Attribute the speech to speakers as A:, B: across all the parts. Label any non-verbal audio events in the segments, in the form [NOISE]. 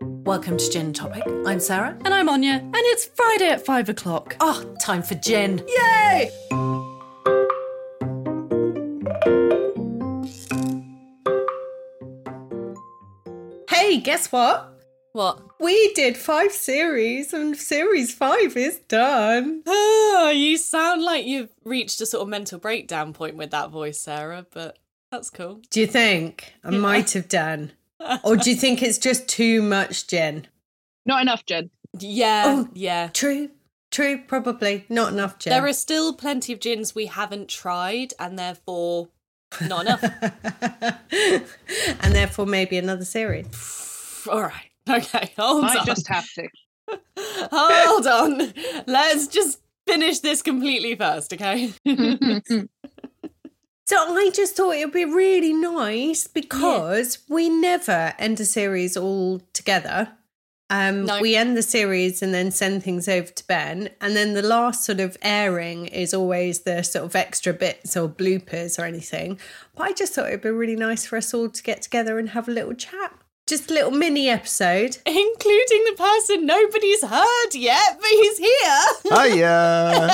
A: welcome to Gin and Topic. I'm Sarah.
B: And I'm Anya, and it's Friday at five o'clock.
A: Oh, time for gin.
B: Yay!
C: Hey, guess what?
B: What?
C: We did five series and series five is done.
B: Oh, you sound like you've reached a sort of mental breakdown point with that voice, Sarah, but that's cool.
C: Do you think I might have done? Or do you think it's just too much, Jen?
D: Not enough, Jen.
B: Yeah,
C: Oh,
B: yeah.
C: True, true, probably. Not enough, Jen.
B: There are still plenty of gins we haven't tried, and therefore [LAUGHS] not enough.
C: [LAUGHS] and therefore, maybe another series.
B: All right. Okay, hold
D: I
B: on.
D: just have to.
B: [LAUGHS] Hold on. Let's just finish this completely first, okay? [LAUGHS]
C: So I just thought it would be really nice because we never end a series all together. Um,
B: No.
C: We end the series and then send things over to Ben. And then the last sort of airing is always the sort of extra bits or bloopers or anything. But I just thought it would be really nice for us all to get together and have a little chat. Just a little mini episode.
B: Including the person nobody's heard yet, but he's here. [LAUGHS]
E: Hiya!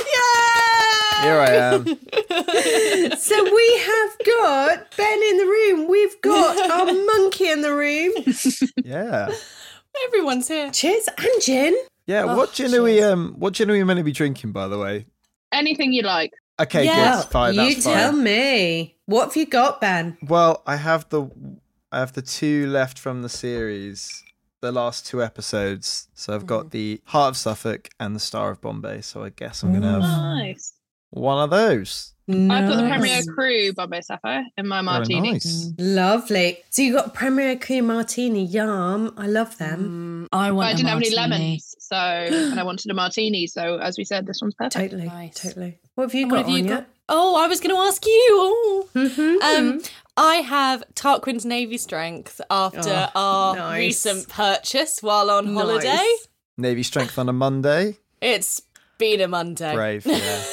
B: yeah!
E: Here I am.
C: so we have got Ben in the room. We've got our monkey in the room.
E: Yeah.
B: Everyone's here.
C: Cheers. And Jin.
E: Yeah.
B: Oh,
E: what gin are we um what gin are we meant to be drinking by the way?
D: Anything you like.
E: Okay,
B: Yeah.
E: yes, fine,
C: you
E: that's
C: tell
E: fine.
C: me. What have you got, Ben?
E: Well, I have the I have the two left from the series, the last two episodes. So I've got the Heart of Suffolk and the Star of Bombay, so I guess I'm gonna have
D: Nice.
E: one of those.
D: I've got the Premier
C: Nice.
D: Crew Bombay Sapphire in my
E: Very
D: martini.
C: Mm.
E: nice.
C: Lovely. So you got Premier Cream Martini. Yum. I love them.
B: Um,
A: I
D: But
A: want
D: I
A: a
D: didn't have any
A: martini.
D: lemons, so and I wanted a martini. So as we said, this one's perfect.
C: Totally.
B: Nice.
C: Totally. What have you
B: what
C: got,
B: have you
C: Anya?
B: got? Oh, I was going to ask you. Oh.
C: Mhm.
B: Um, I have Tarquin's Navy Strength after
C: Oh,
B: our
C: nice.
B: recent purchase while on
C: Nice.
B: holiday.
E: Navy strength on a Monday.
B: It's been a Monday.
E: Brave, yeah.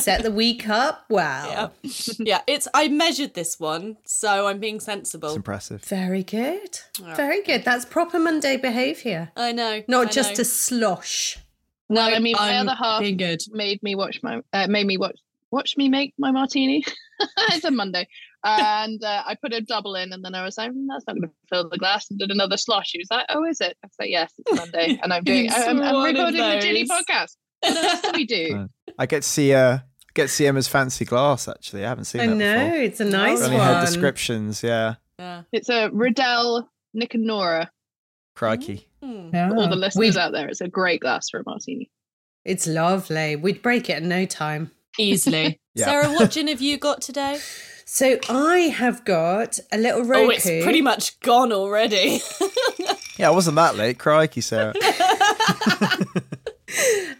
C: Set the week
B: [LAUGHS]
C: up. Wow.
B: Yeah. yeah, it's I measured this one, so I'm being sensible. [LAUGHS]
E: It's impressive.
C: Very good. Very good. That's proper Monday behaviour.
B: I know.
C: Not
B: I
C: just
B: know.
C: a slosh.
D: No, I mean my
A: I'm
D: other half
A: being good.
D: made me watch my uh, made me watch watch me make my martini. [LAUGHS] it's a Monday, and uh, I put a double in, and then I was like, "Mm, "That's not going to fill the glass," and did another slosh. He was like, "Oh, is it?" I was like, "Yes, it's Monday," and I'm doing.
B: It's
D: I- I'm, I'm
B: one of
D: recording a Ginny
B: those.
D: podcast. What else do we do?
E: Right. I get to see uh get to see Emma's fancy glass actually. I haven't seen
C: I
E: that
C: know.
E: before.
C: It's a nice
E: I've only
C: one.
E: heard descriptions, yeah.
B: [LAUGHS] Yeah.
D: It's a Riddell, Nick and Nora.
E: Crikey.
B: Hmm.
C: Yeah.
D: For all the listeners
C: Oh, We-
D: out there, it's a great glass for a martini.
C: It's lovely. We'd break it in no time.
A: Easily.
E: Yeah.
B: Sarah, what gin have you got today?
C: So I have got a little Roku.
B: Oh, it's pretty much gone already.
E: Yeah, I wasn't that late.
C: [LAUGHS]
E: Crikey, Sarah.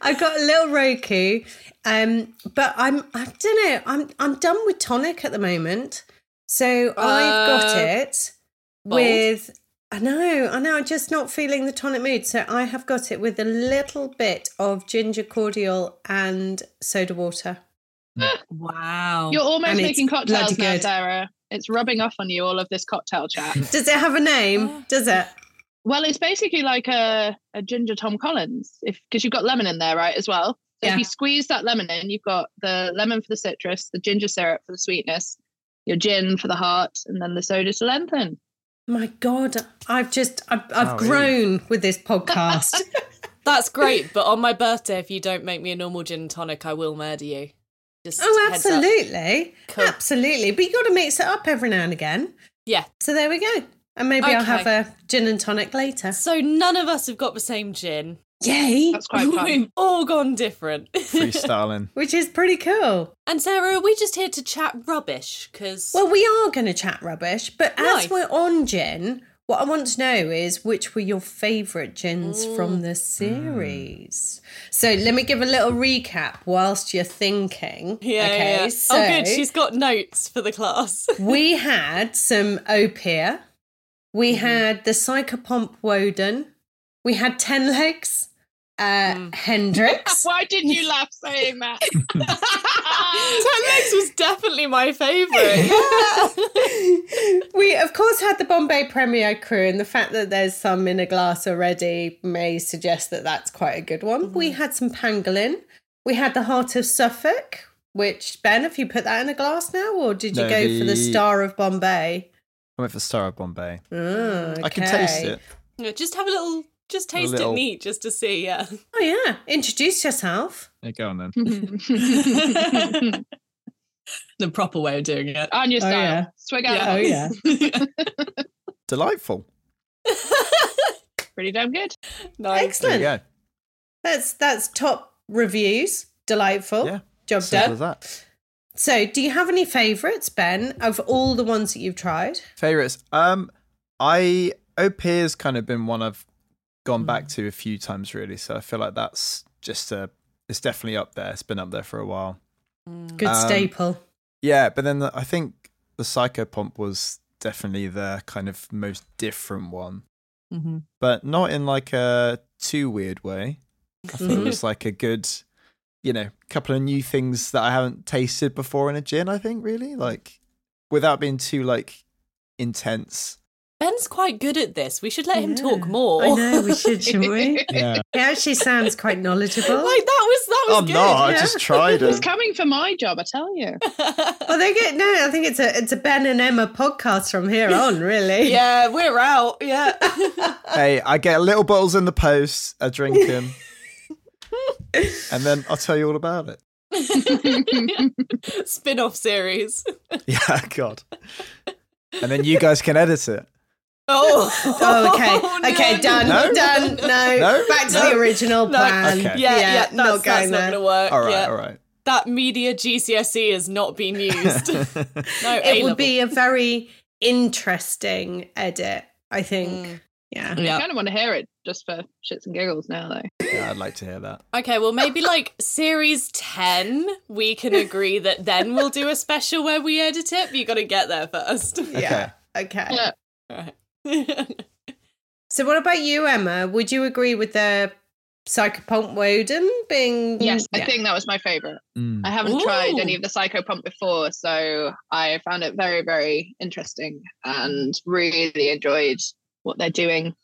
C: I've got a little Roku, um, but I'm I don't know. I'm I'm done with tonic at the moment, so I've got
B: Uh,
C: it
B: bold.
C: with. I know, I know. I'm just not feeling the tonic mood, so I have got it with a little bit of ginger cordial and soda water.
A: Wow.
D: You're almost
C: Oh, And it's
D: making cocktails
C: bloody
D: now,
C: good.
D: Sarah. It's rubbing off on you all of this cocktail chat.
C: [LAUGHS] Does it have a
B: [GASPS]
C: name? Does it?
D: well, it's basically like a, a ginger Tom Collins, if because you've got lemon in there, right, as well. So
C: Yeah.
D: If you squeeze that lemon in, you've got the lemon for the citrus, the ginger syrup for the sweetness, your gin for the heart, and then the soda to lengthen.
C: My God, I've just I've, I've
E: Oh,
C: grown with this
B: [LAUGHS]
C: podcast.
B: That's great, but on my birthday, if you don't make me a normal gin and tonic, I will murder you. Just
C: oh,
B: heads up.
C: absolutely,
B: Cool.
C: absolutely. But you got to mix it up every now and again.
B: Yeah.
C: So there we go. And maybe I'll
B: Okay.
C: have a gin and tonic later.
B: So none of us have got the same gin.
C: Yay!
D: That's quite fun.
B: We've all gone different. [LAUGHS]
E: Freestyling.
C: [LAUGHS] Which is pretty cool.
B: and Sarah, are we just here to chat rubbish? Because
C: Well, we are going to chat rubbish, but as
B: Nice.
C: we're on gin, what I want to know is which were your favourite gins from the series? So let me give a little recap whilst you're thinking.
B: yeah,
C: okay,
B: yeah.
C: so
B: oh, good. She's got notes for the class. [LAUGHS]
C: we had some Opia,
B: Mm-hmm.
C: we had the Psychopomp Woden, we had Ten Legs, uh,
B: Mm. [LAUGHS]
C: Hendrix.
D: Why didn't you laugh saying that?
C: [LAUGHS]
D: Ah,
B: Temex was definitely my favourite.
C: [LAUGHS] we of course had the Bombay Premier crew, and the fact that there's some in a glass already may suggest that that's quite a good one. We had some pangolin. We had the Heart of Suffolk, which Ben, have you put that in a glass now, or did you
E: No,
C: go for the
E: the-
C: Star of Bombay?
E: I went for Star of Bombay.
C: Ah,
E: I can taste
C: okay.
E: it.
B: Yeah, just have a little, just taste
E: little-
B: it neat, just to
C: [LAUGHS]
B: see. Yeah.
C: Oh yeah, introduce yourself.
E: Yeah, go on then.
A: The proper way of doing it.
D: [LAUGHS] On your
C: Oh,
D: style.
C: yeah.
D: Swig out.
C: Yeah, oh yeah. [LAUGHS]
E: Delightful.
D: Pretty damn good.
B: nice.
E: There
C: Excellent.
E: you go.
C: That's that's top reviews. Delightful.
E: Yeah.
C: Job
E: Simple
C: done.
E: as that.
C: So, do you have any favourites, Ben, of all the ones that you've tried?
E: Favorites. Um, I au pair's kind of been one I've gone back
C: Mm.
E: to a few times really, so I feel like that's just a. It's definitely up there. It's been up there for a while.
C: Good
E: Um,
C: staple.
E: Yeah, but then the, I think the Psychopomp was definitely the kind of most different one,
A: Mm-hmm.
E: but not in like a too weird way. I thought it was like a good, you know, couple of new things that I haven't tasted before in a gin. I think really like without being too like intense.
B: Ben's quite good at this. We should let him talk
C: Yeah.
B: more.
C: I know we should, shouldn't we?
B: [LAUGHS]
C: It
E: Yeah,
C: actually sounds quite knowledgeable.
B: like that was that was
E: I'm
B: good.
E: not. I
C: yeah.
E: just tried
D: It's
E: it.
D: coming for my job, I tell you.
C: well, they get no. I think it's a it's a Ben and Emma podcast from here on, really.
B: yeah, we're out. Yeah. [LAUGHS]
E: hey, I get little bottles in the post. I drink them, and then I'll tell you all about it. [LAUGHS]
B: Spin-off series.
E: Yeah, God. And then you guys can edit it.
B: Oh,
C: [LAUGHS] Oh,
B: [LAUGHS]
C: okay.
B: no.
C: okay, done.
B: [LAUGHS]
E: No?
C: Done. No.
E: No?
C: Back to
E: No.
C: the original
B: No.
C: plan.
E: Okay.
B: Yeah, yeah, that's,
C: not
B: that's
C: going
B: not
C: there.
B: gonna work.
E: All right,
B: yeah.
E: all right.
B: That media GCSE has E not been used.
E: [LAUGHS]
B: no,
C: it would be a very interesting edit, I think.
B: Mm.
C: Yeah.
D: I
A: Yeah.
D: kind of want to hear it just for shits and giggles now, though.
E: Yeah, I'd like to hear that.
B: Okay, well maybe like series ten, we can agree that then we'll do a special where we edit it. But you got to get there first. [LAUGHS]
C: Yeah. Okay.
D: Yeah.
B: Right. [LAUGHS]
C: So, what about you, Emma? Would you agree with the psychopomp Woden being?
D: Yes, I
C: Mm, Yeah.
D: think that was my favorite.
E: Mm.
D: I haven't
B: Ooh.
D: tried any of the Psycho Pump before, so I found it very, very interesting and really enjoyed what they're doing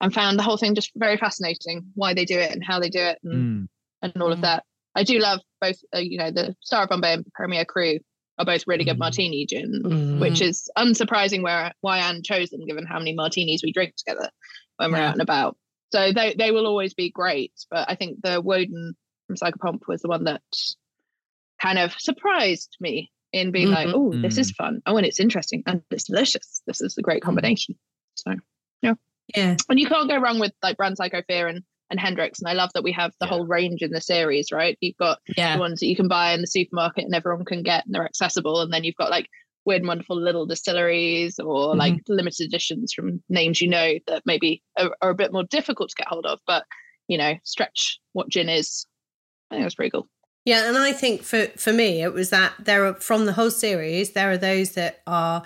D: and found the whole thing just very fascinating why they do it and how they do it and,
E: Mm.
D: and all of
B: Mm.
D: that. I do love both, uh, you know, the Star of Bombay and Premier Crew are both really good
E: Mm.
D: martini gin,
C: Mm.
D: which is unsurprising where why Anne chose them given how many martinis we drink together when we're
A: Yeah.
D: out and about. So they they will always be great, but I think the Woden from Psychopomp was the one that kind of surprised me in being like,
C: Mhm.
D: oh, this is fun. Oh, and it's interesting and it's delicious. This is a great combination. So
C: Yeah.
D: and you can't go wrong with like Brand Psycho Fear and and Hendrix. And I love that we have the
E: Yeah.
D: whole range in the series, right? You've got the
A: Yeah.
D: ones that you can buy in the supermarket and everyone can get and they're accessible. And then you've got like weird, and wonderful little distilleries or like limited editions from names you know that maybe are, are a bit more difficult to get hold of, but you know, stretch what gin is. I think that's pretty cool.
C: Yeah, and I think for for me, it was that there are from the whole series. There are those that are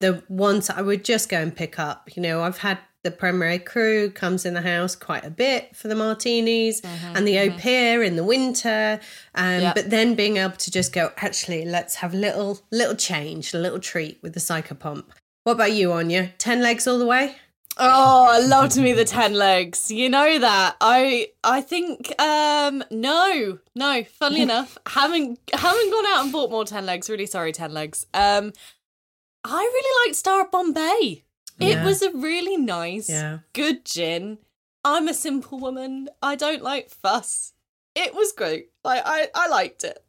C: the ones that I would just go and pick up. You know, I've had the Premier Crew comes in the house quite a bit for the martinis. and the au pair in the winter. Um,
B: Yeah.
C: But then being able to just go, actually, let's have a little, little change, a little treat with the psychopomp. What about you, Anya? 10 legs all the way?
B: Oh, I loved me the ten legs. You know that. I I think um no, no,
C: [LAUGHS]
B: funnily enough, haven't haven't gone out and bought more ten legs. Really sorry, ten legs. Um I really liked Star of Bombay. It
C: Yeah.
B: was a really nice
C: Yeah.
B: good gin. I'm a simple woman. I don't like fuss. It was great. Like I, I liked it.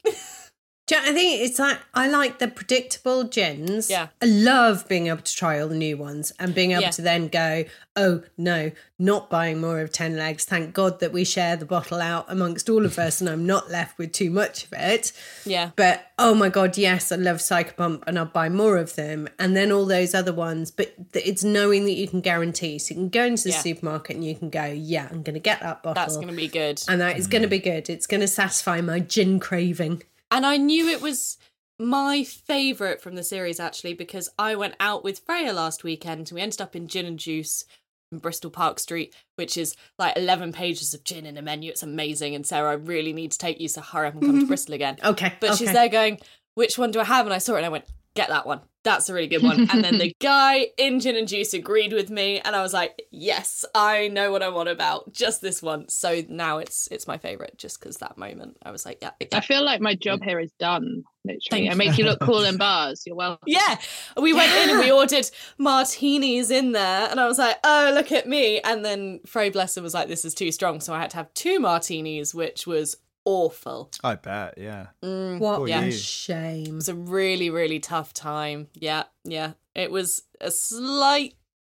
C: Do you know, I think it's like I like the predictable gins.
B: Yeah.
C: I love being able to try all the new ones and being able
B: Yeah.
C: to then go, oh no, not buying more of ten legs. Thank God that we share the bottle out amongst all of us, and I'm not left with too much of it.
B: yeah.
C: But oh my god, yes, I love Psychopomp and I'll buy more of them. And then all those other ones, but th- it's knowing that you can guarantee. So you can go into the
B: Yeah.
C: supermarket and you can go, yeah, I'm going to get that bottle.
B: [LAUGHS] That's gonna be good.
C: and that is going to be good. It's going to satisfy my gin craving.
B: And I knew it was my favourite from the series actually because I went out with Freya last weekend and we ended up in Gin and Juice, in Bristol Park Street, which is like 11 pages of gin in a menu. It's amazing. And Sarah, I really need to take you, so hurry up and come to Bristol again.
C: Okay.
B: But
C: okay.
B: she's there going, which one do I have? And I saw it and I went, get that one. That's a really good one. And then the guy in Gin and Juice agreed with me, and I was like, yes, I know what I'm on about. Just this one. So now it's it's my favorite, just because that moment I was like, yeah,
D: I
B: yeah.
D: feel like my job here is done. Literally,
A: Thank
D: I make you look cool in bars.
B: [LAUGHS]
D: You're welcome.
B: Yeah, we went in and we ordered martinis in there, and I was like, "Oh, look at me!" And then Fray Blesser was like, "This is too strong," so I had to have two martinis, which was awful.
E: I bet, yeah.
B: Mm.
C: What
E: Poor
B: Yeah.
E: you.
C: a shame.
B: It was a really, really tough time. Yeah, yeah. It was a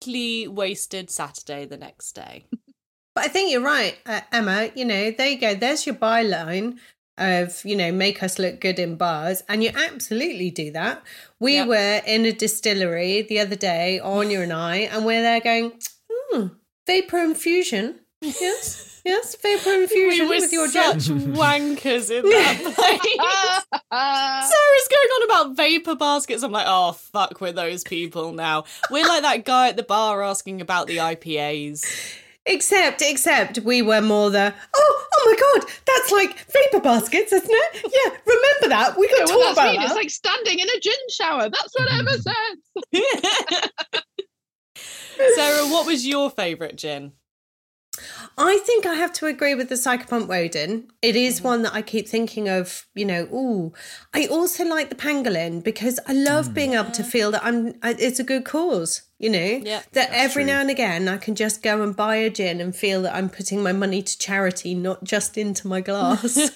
B: slightly wasted Saturday the next day.
C: But I think you're right, uh, Emma. You know, there you go. There's your byline of, you know, make us look good in bars. And you absolutely do that. We
B: Yep.
C: were in a distillery the other day, Anya and I, and we're there going, hmm, vapor infusion. Yes, yes, vapor infusion
B: [LAUGHS] we were
C: with your gin.
B: such wankers in
C: [LAUGHS]
B: that place.
D: Ah,
B: Sarah's going on about vapor baskets. I'm like, oh fuck, we're those people now. We're like that guy at the bar asking about the IPAs.
C: Except, except we were more the, oh, oh my God, that's like vapor baskets, isn't it? Yeah, remember that. We could
D: well,
C: talk
D: that's
C: about
D: mean.
C: that.
D: It's like standing in a gin shower. That's what Emma says.
B: Sarah, what was your favourite gin?
C: I think I have to agree with the Psychopomp Woden. It is one that I keep thinking of, you know, ooh. I also like the pangolin because I love being able to feel that I'm I- it's a good cause, you know.
B: Yeah.
C: That every
E: true.
C: now and again I can just go and buy a gin and feel that I'm putting my money to charity, not just into my glass.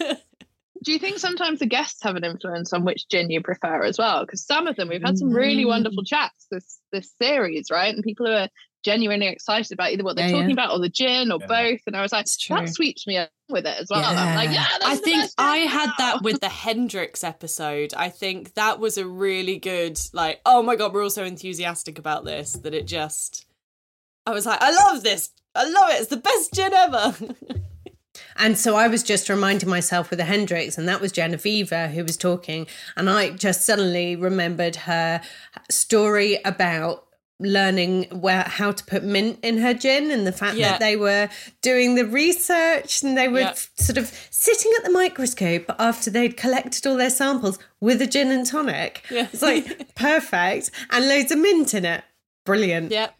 D: Do you think sometimes the guests have an influence on which gin you prefer as well? Because some of them we've had some really wonderful chats this this series, right? And people who are genuinely excited about either what they're
C: Yeah, yeah.
D: talking about or the gin or
E: Yeah.
D: both. And I was like,
C: It's true.
D: that sweeps me up with it as well. I'm like,
C: Yeah.
D: yeah,
B: I
D: that's the
B: think
D: best gin
B: I
D: in
B: had
D: town."
B: that with the Hendrix episode. I think that was a really good, like, oh my god, we're all so enthusiastic about this that it just, I was like, I love this, I love it. It's the best gin ever.
C: And so I was just reminding myself with the Hendrix, and that was Genevieva who was talking. And I just suddenly remembered her story about learning where how to put mint in her gin and the fact
B: Yeah.
C: that they were doing the research and they were
B: Yeah.
C: f- sort of sitting at the microscope after they'd collected all their samples with a gin and tonic.
B: Yeah.
C: It's
B: [LAUGHS]
C: like perfect and loads of mint in it. Brilliant.
B: yep,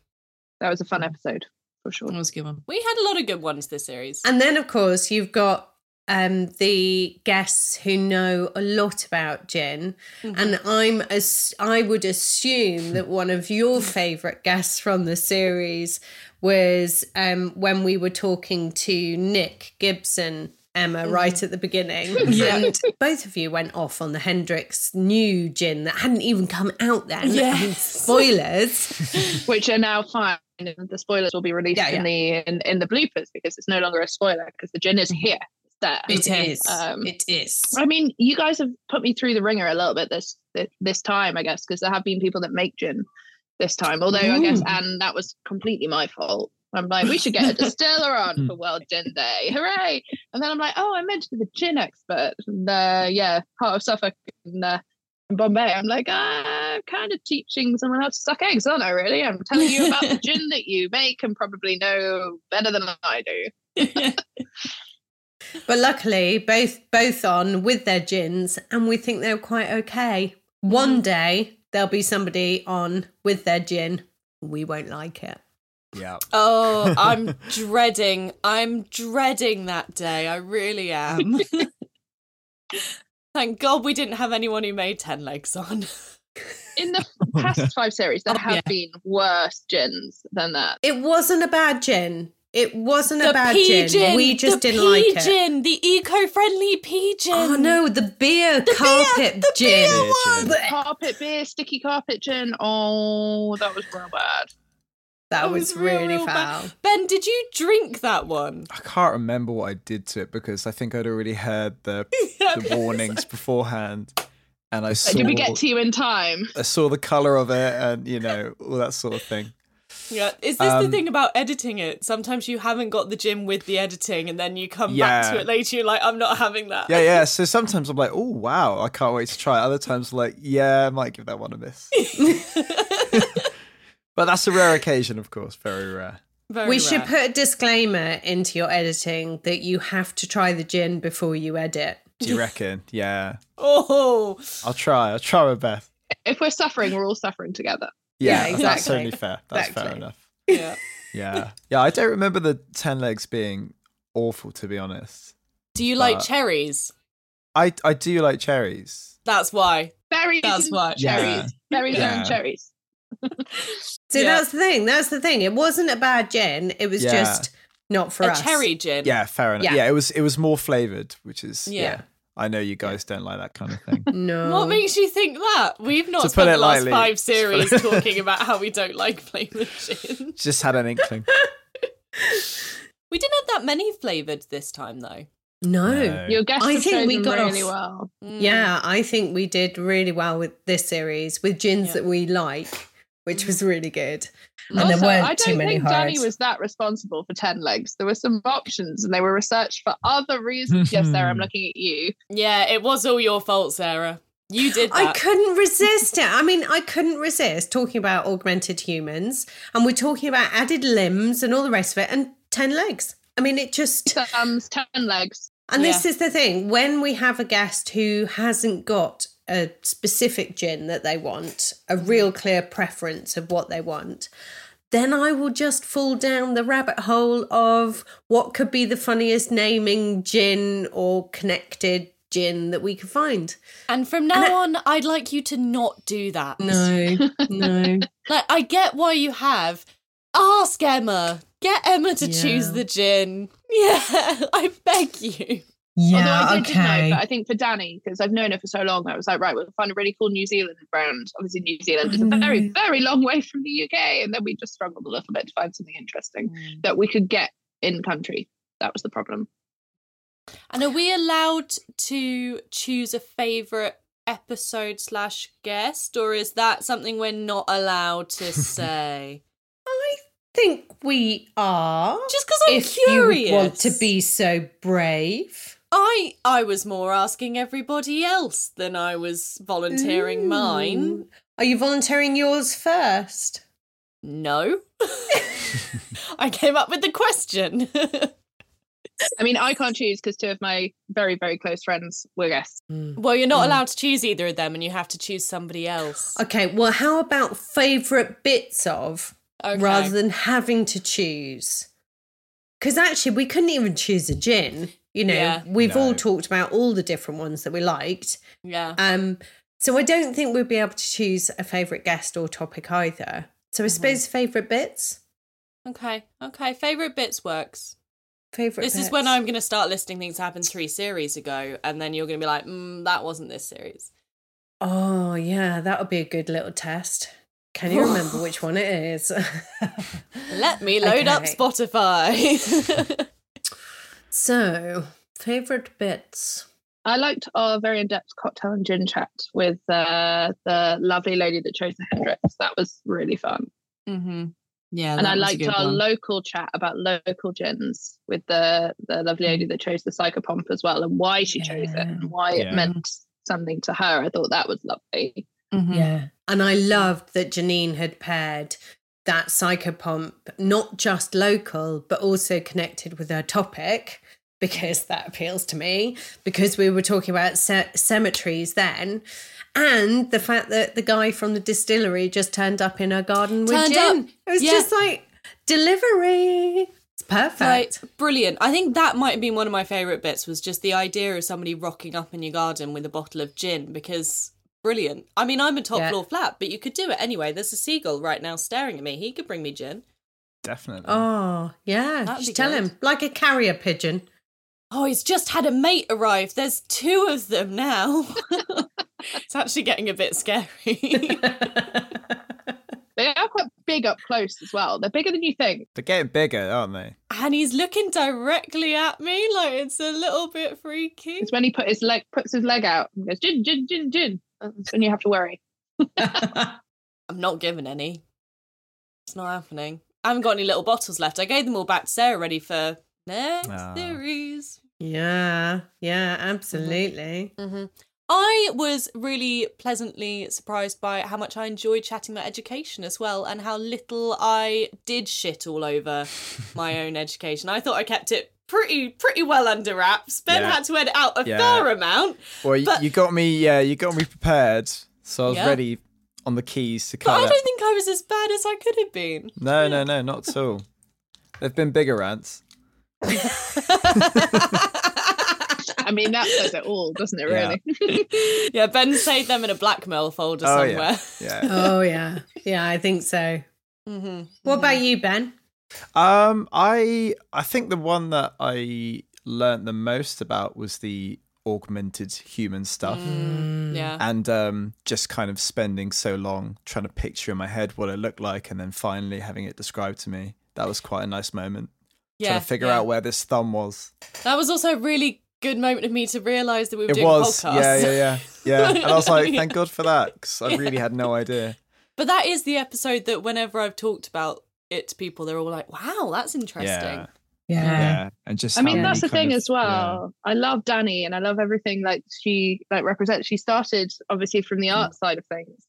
D: That was a fun episode for sure.
A: That was a good one.
B: we had a lot of good ones this series.
C: And then, of course, you've got um, the guests who know a lot about gin, and I'm as I would assume that one of your favourite guests from the series was um, when we were talking to Nick Gibson. Emma, right at the beginning. And both of you went off on the Hendrix new gin that hadn't even come out then. I mean,
B: Yes.
C: spoilers.
D: [LAUGHS] which are now fine. And the spoilers will be released
C: Yeah,
D: in the in, in the bloopers because it's no longer a spoiler because the gin is here. It's there.
C: It is.
D: Um,
C: it is.
D: I mean, you guys have put me through the ringer a little bit this this, this time, I guess, because there have been people that make gin this time. Although I guess, and that was completely my fault. I'm like, we should get a distiller on for World Gin Day, hooray! And then I'm like, oh, I meant to be the gin expert. And, uh, yeah, part of Suffolk and uh, in Bombay. I'm like, ah, I'm kind of teaching someone how to suck eggs, aren't I? Really, I'm telling you about the gin that you make and probably know better than I do.
C: But luckily, both both on with their gins, and we think they're quite okay.
B: Mm-hmm.
C: One day there'll be somebody on with their gin. We won't like it.
E: Yeah.
C: [LAUGHS]
B: Oh, I'm dreading, I'm dreading that day. I
C: [LAUGHS]
B: really am. [LAUGHS] Thank God we didn't have anyone who made ten legs on.
D: In
E: [LAUGHS]
D: the
E: Oh,
D: past five series,
C: Oh,
D: there have been worse gins than that.
C: It wasn't a bad gin. It wasn't a
B: the
C: bad
B: pigeon,
C: gin. We just
B: the
C: didn't like it.
B: pigeon, The eco-friendly pigeon.
C: Oh no, the beer carpet
B: the
C: gin.
E: beer one.
C: Blech.
D: carpet beer, sticky carpet gin. Oh, that was real bad.
C: That
B: That
C: was,
B: was real,
C: really
B: real bad.
C: foul.
B: Ben, did you drink that one?
E: I can't remember what I did to it because I think I'd already heard the, the warnings beforehand. And I saw,
D: Did we get to you in time?
E: I saw the colour of it and, you know, all that sort of thing.
B: Yeah. Is this the
E: Um,
B: thing about editing it? Sometimes you haven't got the gym with the editing, and then you come back
E: Yeah.
B: to it later. You're like, I'm not having that.
E: Yeah, yeah. So sometimes I'm like, oh, wow, I can't wait to try it. Other times I'm like, yeah, I might give that one a miss. but that's a rare occasion, of course. Very rare.
B: Very
C: we
B: rare.
C: should put a disclaimer into your editing that you have to try the gin before you edit.
E: Do you reckon? Yeah.
B: Oh,
C: [LAUGHS]
E: I'll try. I'll try my best.
D: If we're suffering, we're all suffering together.
E: Yeah,
C: Yeah,
E: that's
C: exactly.
E: only fair. That's fair
C: Exactly.
E: enough.
B: yeah.
E: Yeah. [LAUGHS] Yeah, I don't remember the 10 legs being awful, to be honest.
B: Do you like
E: But-
B: cherries?
E: I, I do like cherries.
B: That's why.
D: Berries
B: That's
D: and
B: why.
E: Yeah.
D: cherries. Berries
E: Yeah.
D: and cherries.
C: So
B: Yeah.
C: that's the thing. That's the thing. It wasn't a bad gin. It was
E: Yeah.
C: just not for
B: a
C: us.
B: cherry gin.
E: Yeah, fair enough. Yeah,
C: Yeah.
E: it was it was more flavored, which is yeah.
B: Yeah.
E: I know you guys don't like that kind of thing. [LAUGHS]
C: No.
B: [LAUGHS] What makes you think that? We've
E: To
B: not
E: put
B: spent
E: it
B: the last
E: lightly-
B: five
E: to put
B: series
E: it-
B: talking about how we don't like flavoured gin.
E: Just had an inkling.
B: [LAUGHS] We didn't have that many flavoured this time though.
C: no.
E: No.
D: Your guests
C: I
D: have
C: think we
D: chosen
C: got
D: really
C: off-
D: well.
B: Mm.
C: Yeah, I think we did really well with this series with gins
B: Yeah.
C: that we like, which was really good. And
D: also,
C: there
D: I
C: weren't
D: don't
C: too many
D: think
C: horrors.
D: Danny was that responsible for ten legs. There were some options, and they were researched for other reasons. yes, Sarah, I'm
E: Hmm.
D: looking at you.
B: Yeah, it was all your fault, Sarah. You did
C: I
B: that.
C: couldn't resist it. I mean, I couldn't resist talking about augmented humans and we're talking about added limbs and all the rest of it and 10 legs. I mean, it just.
D: Sam's ten legs.
C: And this is the thing when we have a guest who hasn't got a specific gin that they want, a
B: Mm-hmm.
C: real clear preference of what they want, then I will just fall down the rabbit hole of what could be the funniest naming gin or connected gin that we could find.
B: and from now on, I'd like you to not do that.
C: No,
D: [LAUGHS]
C: no.
B: Like, I get why you have. Ask Emma. Get Emma to choose
C: Yeah.
B: the gin. [LAUGHS] Yeah, I beg you.
D: Although I did know, but I think for Danny, because I've known her for so long, I was like, right, we'll find a really cool New Zealand brand. Obviously, New Zealand is a very, very long way from the UK, and then we just struggled a little bit to find something interesting that we could get in country. That was the problem.
B: And are we allowed to choose a favourite episode slash guest, or is that something we're not
C: [LAUGHS]
B: allowed to say?
C: I think we are.
B: Just because I'm
C: if
B: curious.
C: you want to be so brave.
B: I I was more asking everybody else than I was volunteering mine.
C: Ooh. Are you volunteering yours first?
B: No. [LAUGHS] I came up with the question. [LAUGHS]
D: I mean, I can't choose because two of my very, very close friends were guests.
B: well, you're
C: Mm.
B: not allowed to choose either of them and you have to choose somebody else.
C: Okay, well, how about favourite bits of
B: Okay.
C: rather than having to choose? Because actually, we couldn't even choose a gin. You know,
B: Yeah.
C: we've
E: No.
C: all talked about all the different ones that we liked.
B: yeah.
C: Um, so I don't think we'd be able to choose a favourite guest or topic either. So I
B: Mm-hmm.
C: suppose favourite bits.
B: Okay. Okay. Favorite bits works.
C: Favourite.
B: This is
C: bits.
B: when I'm going to start listing things that happened three series ago, and then you're going to be like, mm, "That wasn't this series."
C: Oh yeah, that would be a good little test. Can you
B: [LAUGHS]
C: remember which one it is? [LAUGHS]
B: Let me load up
C: Okay.
B: Spotify. [LAUGHS]
C: So, favorite bits.
D: I liked our very in depth cocktail and gin chat with uh, the lovely lady that chose the Hendrix. That was really fun.
B: mm-hmm.
E: Oh,
B: Yeah,
D: and I liked our local chat about local gins with the the lovely lady that chose the psychopomp as well and why she chose it and why
E: Yeah.
D: it meant something to her. I thought that was lovely.
C: Yeah. And I loved that Janine had paired that psychopomp, not just local, but also connected with her topic, because that appeals to me, because we were talking about ce- cemeteries then. And the fact that the guy from the distillery just turned up in her garden with
B: Turned
C: gin.
B: up.
C: It was
B: Yeah.
C: just like delivery. It's perfect.
B: Right, brilliant. I think that might have been one of my favourite bits was just the idea of somebody rocking up in your garden with a bottle of gin because brilliant. I mean, I'm a top
C: Yeah.
B: floor flat, but you could do it anyway. There's a seagull right now staring at me. He could bring me gin.
E: Definitely.
C: Oh, yeah.
B: That'd be
C: Just tell
B: good.
C: him. Like a carrier pigeon. [LAUGHS]
B: Oh, he's just had a mate arrive. There's two of them now. [LAUGHS] it's actually getting a bit scary. [LAUGHS]
D: They are quite big up close as well. They're bigger than you think.
E: They're getting bigger, aren't they?
B: and he's looking directly at me like it's a little bit freaky.
D: It's when he put his leg puts his leg out and goes gin gin gin gin. That's when you have to worry.
B: I'm not giving any. It's not happening. I haven't got any little bottles left. I gave them all back to Sarah ready for next
E: Ah.
B: series. Uh-huh.
C: Yeah, yeah, absolutely.
B: Mhm. I was really pleasantly surprised by how much I enjoyed chatting about education as well, and how little I did shit all
E: [LAUGHS]
B: over my own education. I thought I kept it pretty pretty well under wraps. Ben
E: Yeah.
B: had to edit out a
E: Yeah.
B: fair amount,
E: Well, you,
B: But-
E: you got me. Yeah, you got me prepared, so I was
B: Yeah.
E: ready on the keys to
B: but
E: cut.
B: I
E: it.
B: don't think I was as bad as I could have been.
E: No, no, no, not at all. There've been bigger rants.
D: I mean, that says it all, doesn't it?
E: Yeah.
D: Really.
B: Yeah, Ben saved them in a blackmail folder
E: Oh, yeah.
B: somewhere. [LAUGHS]
E: Yeah.
C: Oh yeah, yeah, I think so.
B: hmm
C: What about you, Ben?
E: um, I I think the one that I learnt the most about was the augmented human stuff.
B: Yeah.
E: and um, just kind of spending so long trying to picture in my head what it looked like and then finally having it described to me that was quite a nice moment trying to figure
B: yeah.
E: out where this thumb was
B: That was also a really good moment of me to realise that we were
E: it
B: doing
E: was
B: a podcast.
E: yeah yeah yeah yeah and i was like thank god for that because i really had no idea
B: [LAUGHS] But that is the episode that whenever I've talked about it to people, they're all like, wow, that's interesting.
E: yeah
C: Yeah.
E: yeah and just
D: I
E: how
D: mean,
E: many
D: that's the
E: kind
D: thing
E: of-
D: as well. I love Danny and I love everything like she like represents. She started obviously from the art side of things.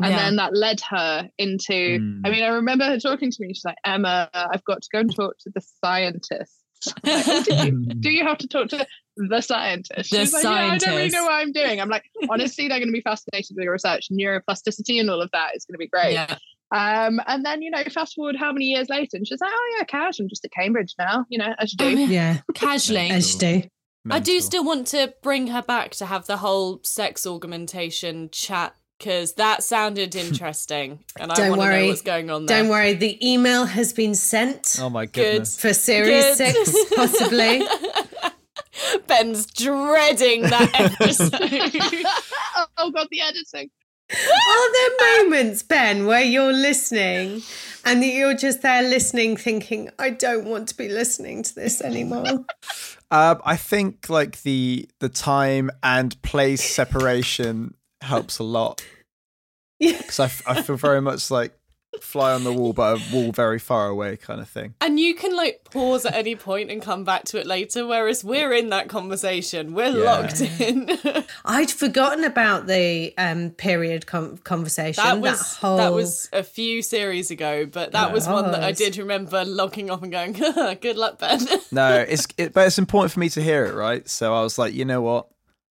D: And
B: Yeah.
D: then that led her into I
E: Mm.
D: mean, I remember her talking to me. She's like, Emma, I've got to go and talk to the scientist. I'm like, "Oh,
E: [LAUGHS]
D: did you- [LAUGHS] Do you have to talk to the scientist?
A: The
D: She's like, yeah, I don't really
A: scientist.
D: know what I'm doing. I'm like, honestly, they're going to be fascinated with your research, neuroplasticity, and all of that. It's going to be great.
A: Yeah.
D: Um, and then you know, fast forward how many years later, and she's like, "Oh yeah, cash. I'm just at Cambridge now. You know, as you do."
C: Yeah,
A: Casually.
E: Yeah.
C: as you do.
B: I do
E: Mental.
B: still want to bring her back to have the whole sex augmentation chat because that
E: [LAUGHS]
B: sounded interesting. and I
C: Don't
B: want to know
C: worry.
B: what's going on there.
C: Don't worry, the email has been sent
E: oh my
B: Good.
E: goodness
C: for series
B: Good.
C: six,
B: [LAUGHS]
C: possibly.
B: Ben's dreading that
C: [LAUGHS]
B: episode.
D: oh, god, the editing.
C: Are there moments, Ben, where you're listening and that you're just there listening, thinking, I don't want to be listening to this anymore?
E: Um, I think like the the time and place separation helps a [LAUGHS] lot.
C: Yeah.
E: Because I, f- I feel very much like fly on the wall, but a wall very far away kind of thing.
B: And you can like pause at any point and come back to it later, whereas we're in that conversation. We're
E: Yeah.
B: locked in. [LAUGHS]
C: I'd forgotten about the um, period con conversation.
B: that was
C: whole.
B: that was a few series ago, but that was one that I
C: Was.
B: did remember locking off and going, [LAUGHS] "Good luck, Ben."
E: No, it's it, but it's important for me to hear it, right? So I was like, you know what,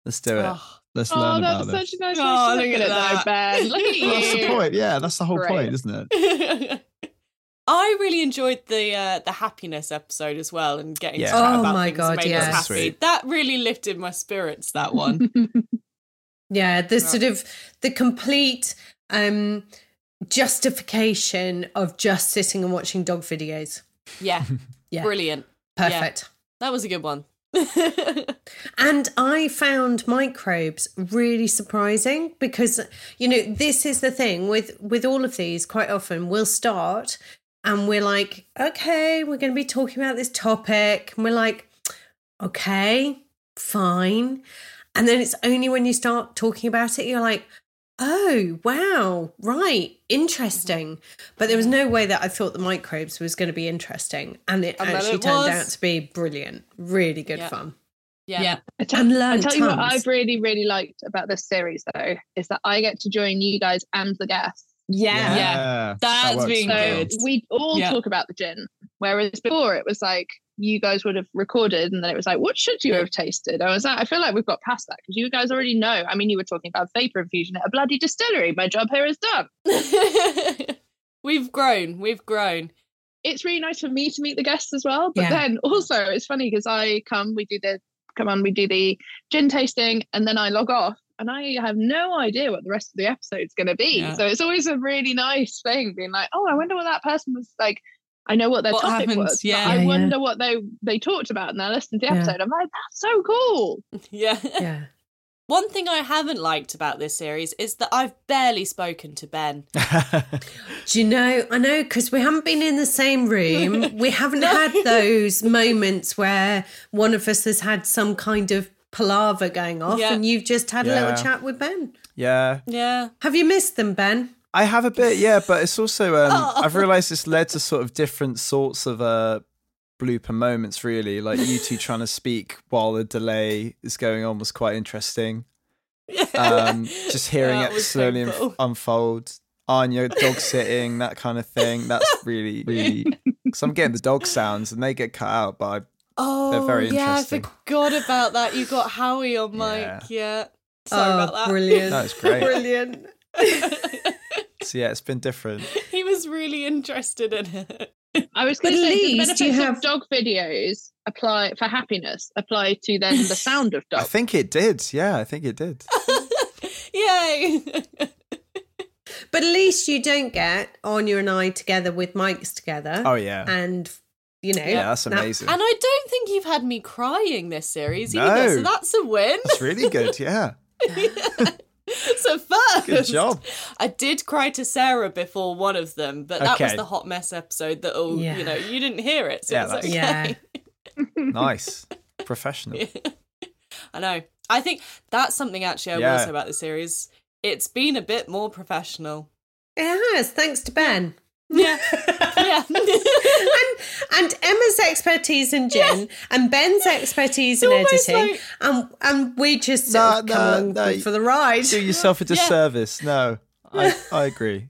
E: let's
C: [LAUGHS]
E: do it.
B: Oh.
E: Let's
D: Oh,
E: learn
D: that's
E: about it.
D: such a nice way
B: Oh,
D: to look,
B: look
D: at
B: at
D: it, though,
B: that.
D: Ben. Look at you.
B: Well,
E: That's the point. Yeah, that's the whole
D: Great.
E: point, isn't it?
B: [LAUGHS] I really enjoyed the uh, the happiness episode as well, and getting
E: Yeah.
B: to chat
C: Oh
B: about
C: my
B: things
C: God,
B: that made
C: yes.
B: us happy.
E: Sweet.
B: That really lifted my spirits. That one.
C: Yeah, the sort of the complete um, justification of just sitting and watching dog videos.
B: yeah.
C: Yeah.
B: brilliant.
C: Perfect.
B: That was a good one. [LAUGHS]
C: And I found microbes really surprising because you know this is the thing with with all of these quite often we'll start and we're like okay we're going to be talking about this topic and we're like okay fine and then it's only when you start talking about it you're like oh wow right interesting but there was no way that I thought the microbes was going to be interesting and it
B: And then
C: actually
B: it
C: turned
B: was.
C: out to be brilliant really good
B: Yeah.
C: fun
B: Yeah.
A: Yeah.
D: I tell,
C: And learn
D: I tell you what
C: tons.
D: I've really, really liked about this series though is that I get to join you guys and the guests.
A: Yeah. That's
E: works
A: being
D: So
E: well.
A: good.
D: we all
A: Yeah.
D: talk about the gin, whereas before it was like you guys would have recorded, and then it was like, what should you have tasted? I was like, I feel like we've got past that because you guys already know. I mean, you were talking about vapor infusion at a bloody distillery. My job here is done.
B: [LAUGHS] we've grown. We've grown. [LAUGHS]
D: It's really nice for me to meet the guests as well. But
C: Yeah.
D: then also, it's funny because I come, we do the come on, we do the gin tasting, and then I log off. And I have no idea what the rest of the episode's going to be.
A: Yeah.
D: So it's always a really nice thing being like, oh, I wonder what that person was like. I know what their
A: What
D: topic
A: happened?
D: was. but
A: Yeah.
D: I
C: Yeah, yeah.
D: wonder what they they talked about. And I listened to the
C: Yeah.
D: episode. I'm like, that's so cool.
B: Yeah.
C: yeah
B: One thing I haven't liked about this series is that I've barely spoken to Ben.
C: Do you know? I know because we haven't been in the same room. We haven't had those moments where one of us has had some kind of palaver going off,
B: Yeah.
C: and you've just had a
E: Yeah.
C: little chat with Ben.
E: [LAUGHS] yeah.
B: Yeah.
C: Have you missed them, Ben?
E: I have a bit, yeah, but it's also um,
B: [LAUGHS] Oh.
E: I've realised it's led to sort of different sorts of uh, blooper moments, really. Like you two trying to speak while the delay is going on was quite interesting.
B: [LAUGHS]
E: Um, just hearing
B: That
E: it
B: was
E: slowly unf-
B: painful.
E: unfold. Anya dog sitting, that kind of thing. That's really,
B: [LAUGHS]
E: really. Because I'm getting the dog sounds and they get cut out by.
B: Oh,
E: very
B: yeah, I
E: interesting.
B: forgot about that. You got Howie
E: [LAUGHS]
B: on mic.
E: Yeah.
B: Yeah. Sorry
C: oh,
B: about that.
C: brilliant.
E: No, it's great.
C: Brilliant.
E: So yeah, it's been different.
B: [LAUGHS] he was really interested in it. [LAUGHS]
D: I was going to
C: But
D: say, do the
C: Elise,
D: benefits
C: do you have-
D: of dog videos apply for happiness apply to then
C: [LAUGHS]
D: the sound of
E: I
D: dogs?
E: think it did. Yeah, I think it did. [LAUGHS]
B: Yay.
C: But at least you don't get Anya and I together with mics together.
B: [LAUGHS]
E: Oh, yeah.
C: And, you know.
E: Yeah, that's
C: that-
E: amazing.
B: and I don't think you've had me crying this series either.
E: No.
B: So that's a win.
E: That's really good. Yeah.
B: [LAUGHS] so first.
E: Good job.
B: I did cry to Sarah before one of them, but that was
E: Okay.
B: the hot mess episode that all
C: Yeah.
B: you know, you didn't hear it. So
E: Yeah,
B: it was
E: that's-
B: okay.
C: Yeah.
E: Nice. Professional.
B: [LAUGHS] I know. I think that's something actually I
E: Yeah.
B: will say about the series. It's been a bit more professional.
C: It has, thanks to Ben.
B: Yeah. [LAUGHS] yeah.
C: and, and Emma's expertise in gin and Ben's expertise in
B: Almost
C: editing.
B: like-
C: and, and we just sort
E: No,
C: of
E: no,
C: come along
E: no.
C: for the ride.
E: Do yourself a disservice. No, I, I agree.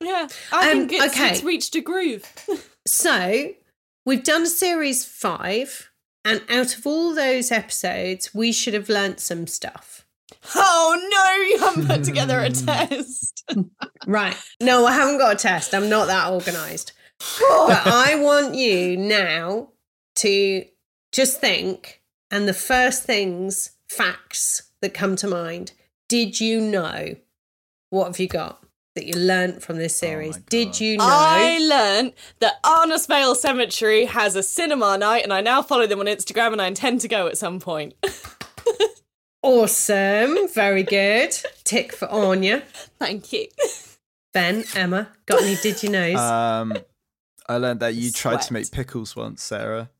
B: yeah. I
C: Um,
B: think it's,
C: okay.
B: it's reached a groove.
C: So we've done series five, and out of all those episodes, we should have learnt some stuff.
B: Oh no, you haven't put
C: [LAUGHS]
B: together a test.
C: Right. No, I haven't got a test. I'm not that organized. but I want you now to just think, and the first things, facts that come to mind. Did you know? What have you got that you learnt from this series? Did
E: God.
C: you know?
B: I learnt that Arnos Vale Cemetery has a cinema night and I now follow them on Instagram and I intend to go at some point. [LAUGHS]
C: Awesome. Very good. Tick for Anya.
B: Thank you.
C: Ben, Emma, got any did you knows?
E: Um, I learned that you tried
B: Sweat.
E: to make pickles once, Sarah.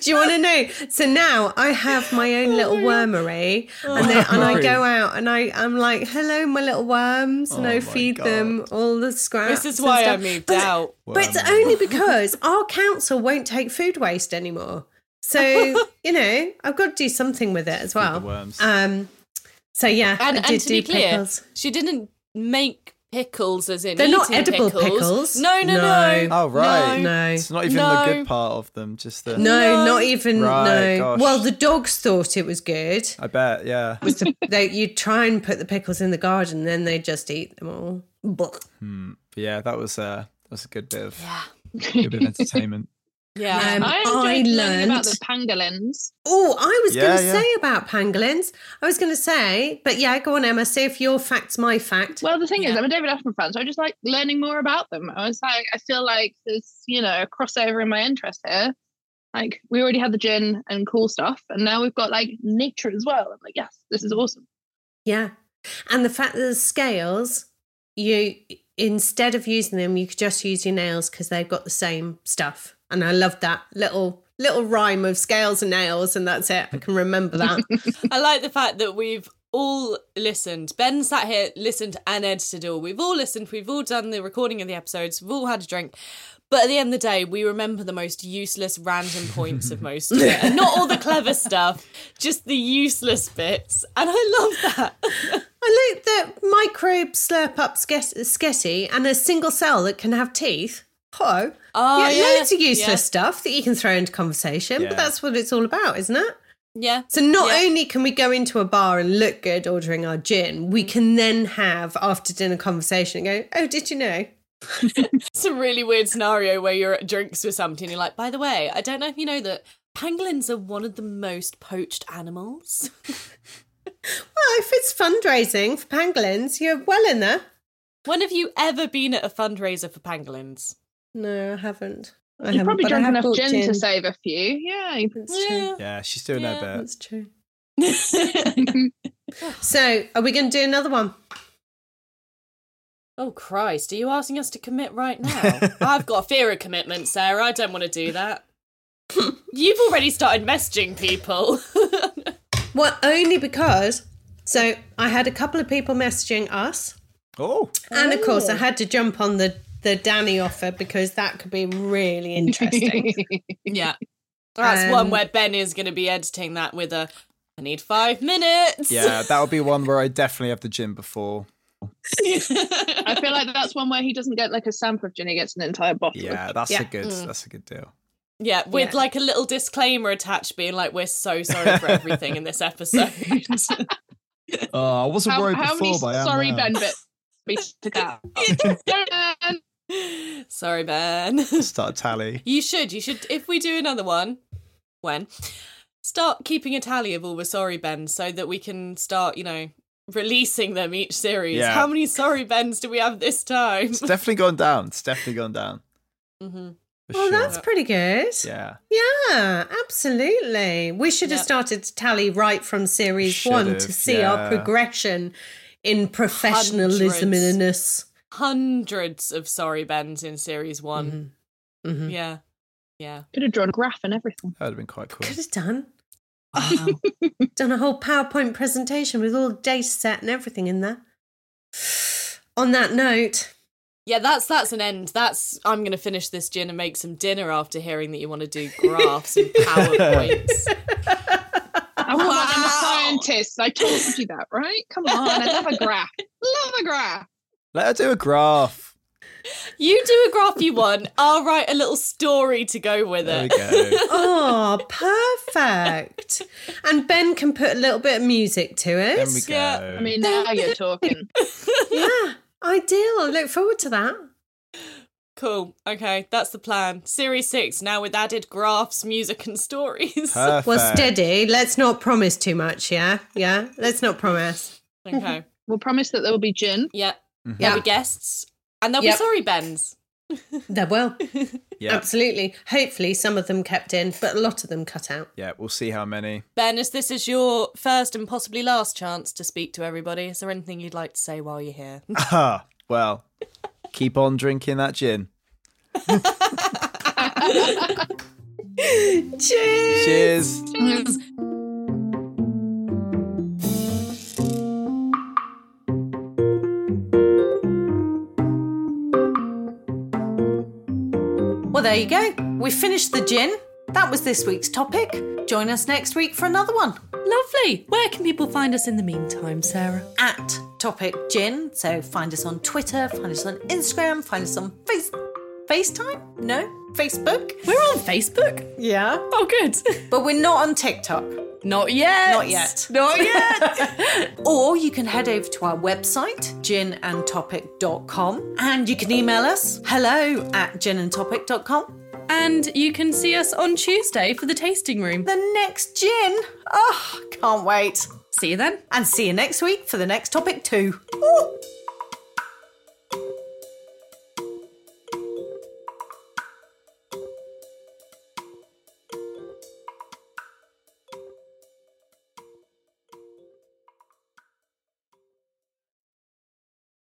C: Do you want to know? So now I have my own
B: Oh
C: little wormery, and, they, and I
E: Wormery.
C: go out and I, I'm like, "Hello, my little worms," and
E: Oh
C: I
E: my
C: feed
E: God.
C: them all the scraps.
B: This is
C: and
B: why I
C: stuff.
B: moved
C: But-
B: out.
C: But it's
E: Worm.
C: only because our council won't take food waste anymore.
B: [LAUGHS]
C: So you know, I've got to do something with it as
E: The
C: well.
E: worms.
C: Um, so yeah,
B: And,
C: I did
B: and to be
C: do
B: clear,
C: pickles.
B: she didn't make pickles as in
C: They're not
B: eating
C: edible pickles.
B: No, no,
C: No.
B: no.
E: oh right,
C: No.
E: It's not even
B: No.
E: the good part of them. Just the.
C: No,
B: No.
C: not even no.
E: Right, gosh.
C: Well, the dogs thought it was good.
E: I bet. Yeah.
C: Was to, [LAUGHS] they, you try and put the pickles in the garden, then they just eat them all. Blah.
E: Hmm. But yeah, that was uh, that was a good bit of good bit of entertainment.
B: Yeah.
C: Um,
D: [LAUGHS] I
C: I
D: enjoyed learning
C: learnt-
D: about the pangolins.
C: Oh, I was going
E: Yeah,
C: to
E: yeah.
C: say about pangolins. I was going to say, but yeah, go on, Emma. See if your fact's my fact.
D: Well, the thing is, I'm a David Attenborough fan, so I just like learning more about them. I was like, I feel like there's, you know, a crossover in my interest here. Like, we already had the gin and cool stuff, and now we've got like nature as well. I'm like, yes, this is awesome.
C: yeah, and the fact that the scales, you instead of using them, you could just use your nails because they've got the same stuff. And I love that little little rhyme of scales and nails, and that's it. I can remember that.
B: I like the fact that we've all listened. Ben sat here, listened, and edited all. We've all listened. We've all done the recording of the episodes. We've all had a drink. But at the end of the day, we remember the most useless random points of most of it. And not all the
C: [LAUGHS]
B: clever stuff, just the useless bits. And I love that.
C: I like that microbes slurp up sket- sketty and a single cell that can have teeth. Oh,
B: Oh,
C: yeah,
B: yeah,
C: loads of useless
B: yeah.
C: stuff that you can throw into conversation,
E: Yeah.
C: but that's what it's all about, isn't it?
B: Yeah.
C: So not
B: Yeah.
C: only can we go into a bar and look good ordering our gin, we can then have after dinner conversation and go, "Oh, did you know?"
B: It's a really weird scenario where you're at drinks with somebody and you're like, by the way, I don't know if you know that pangolins are one of the most poached animals. [LAUGHS]
C: Well, Oh, if it's fundraising for pangolins, you're well in there.
B: when have you ever been at a fundraiser for pangolins?
C: No, I haven't. I
D: You've
C: haven't,
D: probably
C: but I
D: drunk
C: have
D: enough
C: bought
D: gin, to save a few. Yeah. you-
C: That's true.
E: Yeah, she's doing
B: Yeah.
E: her bit.
C: That's true.
B: [LAUGHS] Yeah.
C: So, are we going to do another one?
B: oh Christ, are you asking us to commit right now? I've got a fear of commitment, Sarah. I don't want to do that. [LAUGHS] You've already started messaging people. [LAUGHS]
C: Well, only because. So I had a couple of people messaging us,
E: Oh,
C: and of course I had to jump on
E: [LAUGHS]
C: the the Danny offer because that could be really interesting.
B: yeah. That's
C: Um,
B: one where Ben is going to be editing that with a. I need five minutes. [LAUGHS]
E: Yeah, that would be one where I definitely have the gym before.
D: [LAUGHS] I feel like that's one where he doesn't get like a sample of gin; he gets an entire bottle.
E: Yeah, that's
C: Yeah.
E: a good
B: Mm.
E: that's a good deal.
B: yeah, with
C: Yeah.
B: like a little disclaimer attached, being like, "We're so sorry for everything in this episode." [LAUGHS]
A: Oh, I wasn't
D: How,
A: worried
D: how many
A: before, but I am
D: sorry
A: now.
D: Ben bits we took out?
C: [LAUGHS]
D: Ben,
B: sorry, Ben. [LAUGHS]
E: Start a tally.
B: You should. You should. If we do another one, when start keeping a tally of all the sorry bends so that we can start, you know, releasing them each series.
E: Yeah.
B: How many sorry bends do we have this time?
E: It's definitely gone down. It's definitely gone down.
B: hmm
E: For
C: Well,
E: sure.
C: that's pretty good.
E: yeah.
C: Yeah, absolutely. We should have
B: Yep.
C: started to tally right from series
E: Should
C: one
E: have,
C: to see
E: yeah.
C: our progression in professionalism and in us.
B: Hundreds of sorry bends in series one.
E: Mm-hmm.
C: Mhm.
B: Yeah, yeah.
D: Could have drawn a graph and everything.
E: That would have been quite cool.
C: Could have done. [LAUGHS] done a whole PowerPoint presentation with all the data set and everything in there. [SIGHS] On that note,
B: Yeah, that's that's an end. That's I'm gonna finish this gin and make some dinner after hearing that you want to do graphs and powerpoints.
E: [LAUGHS]
D: I want I'm a scientist. I told you that, right? Come on, I love a graph. Love a graph.
E: Let her do a graph.
B: you do a graph you want. I'll write a little story to go with
E: There we
C: [LAUGHS]
B: it.
E: go.
C: oh, perfect. And Ben can put a little bit of music to it.
E: There we go.
B: Yeah,
D: I mean, now you're talking.
C: yeah, ideal. I look forward to that.
B: Cool. Okay, that's the plan. Series six now with added graphs, music, and stories.
E: Perfect.
C: Well, steady. Let's not promise too much. Yeah. Yeah. Let's not promise.
B: [LAUGHS] Okay.
D: We'll promise that there will be gin.
B: Yeah. There'll
E: Mm-hmm.
C: Yeah.
B: be guests, and there'll
C: Yep.
B: be sorry bends.
C: There will.
E: [LAUGHS] Yeah.
C: Absolutely. Hopefully, some of them kept in, but a lot of them cut out.
E: Yeah, we'll see how many.
B: Ben, as this is your first and possibly last chance to speak to everybody, is there anything you'd like to say while you're here?
E: Ah, well, keep on drinking that gin.
C: [LAUGHS] Cheers.
E: Cheers.
C: Well, there you go. We finished the gin. That was this week's topic. Join us next week for another one.
F: Lovely. Where can people find us in the meantime, Sarah?
C: at Topic Gin. So find us on Twitter, find us on Instagram, find us on Face FaceTime? No, Facebook.
F: We're on Facebook.
C: Yeah,
F: Oh, good.
C: but we're not on TikTok.
F: Not yet.
C: Not yet.
F: Not yet.
C: Or you can head over to our website, ginandtopic.com, and you can email us hello at ginandtopic.com.
F: and you can see us on Tuesday for the tasting room.
C: The next gin. Oh, can't wait.
F: See you then.
C: And see you next week for the next topic, too. Ooh.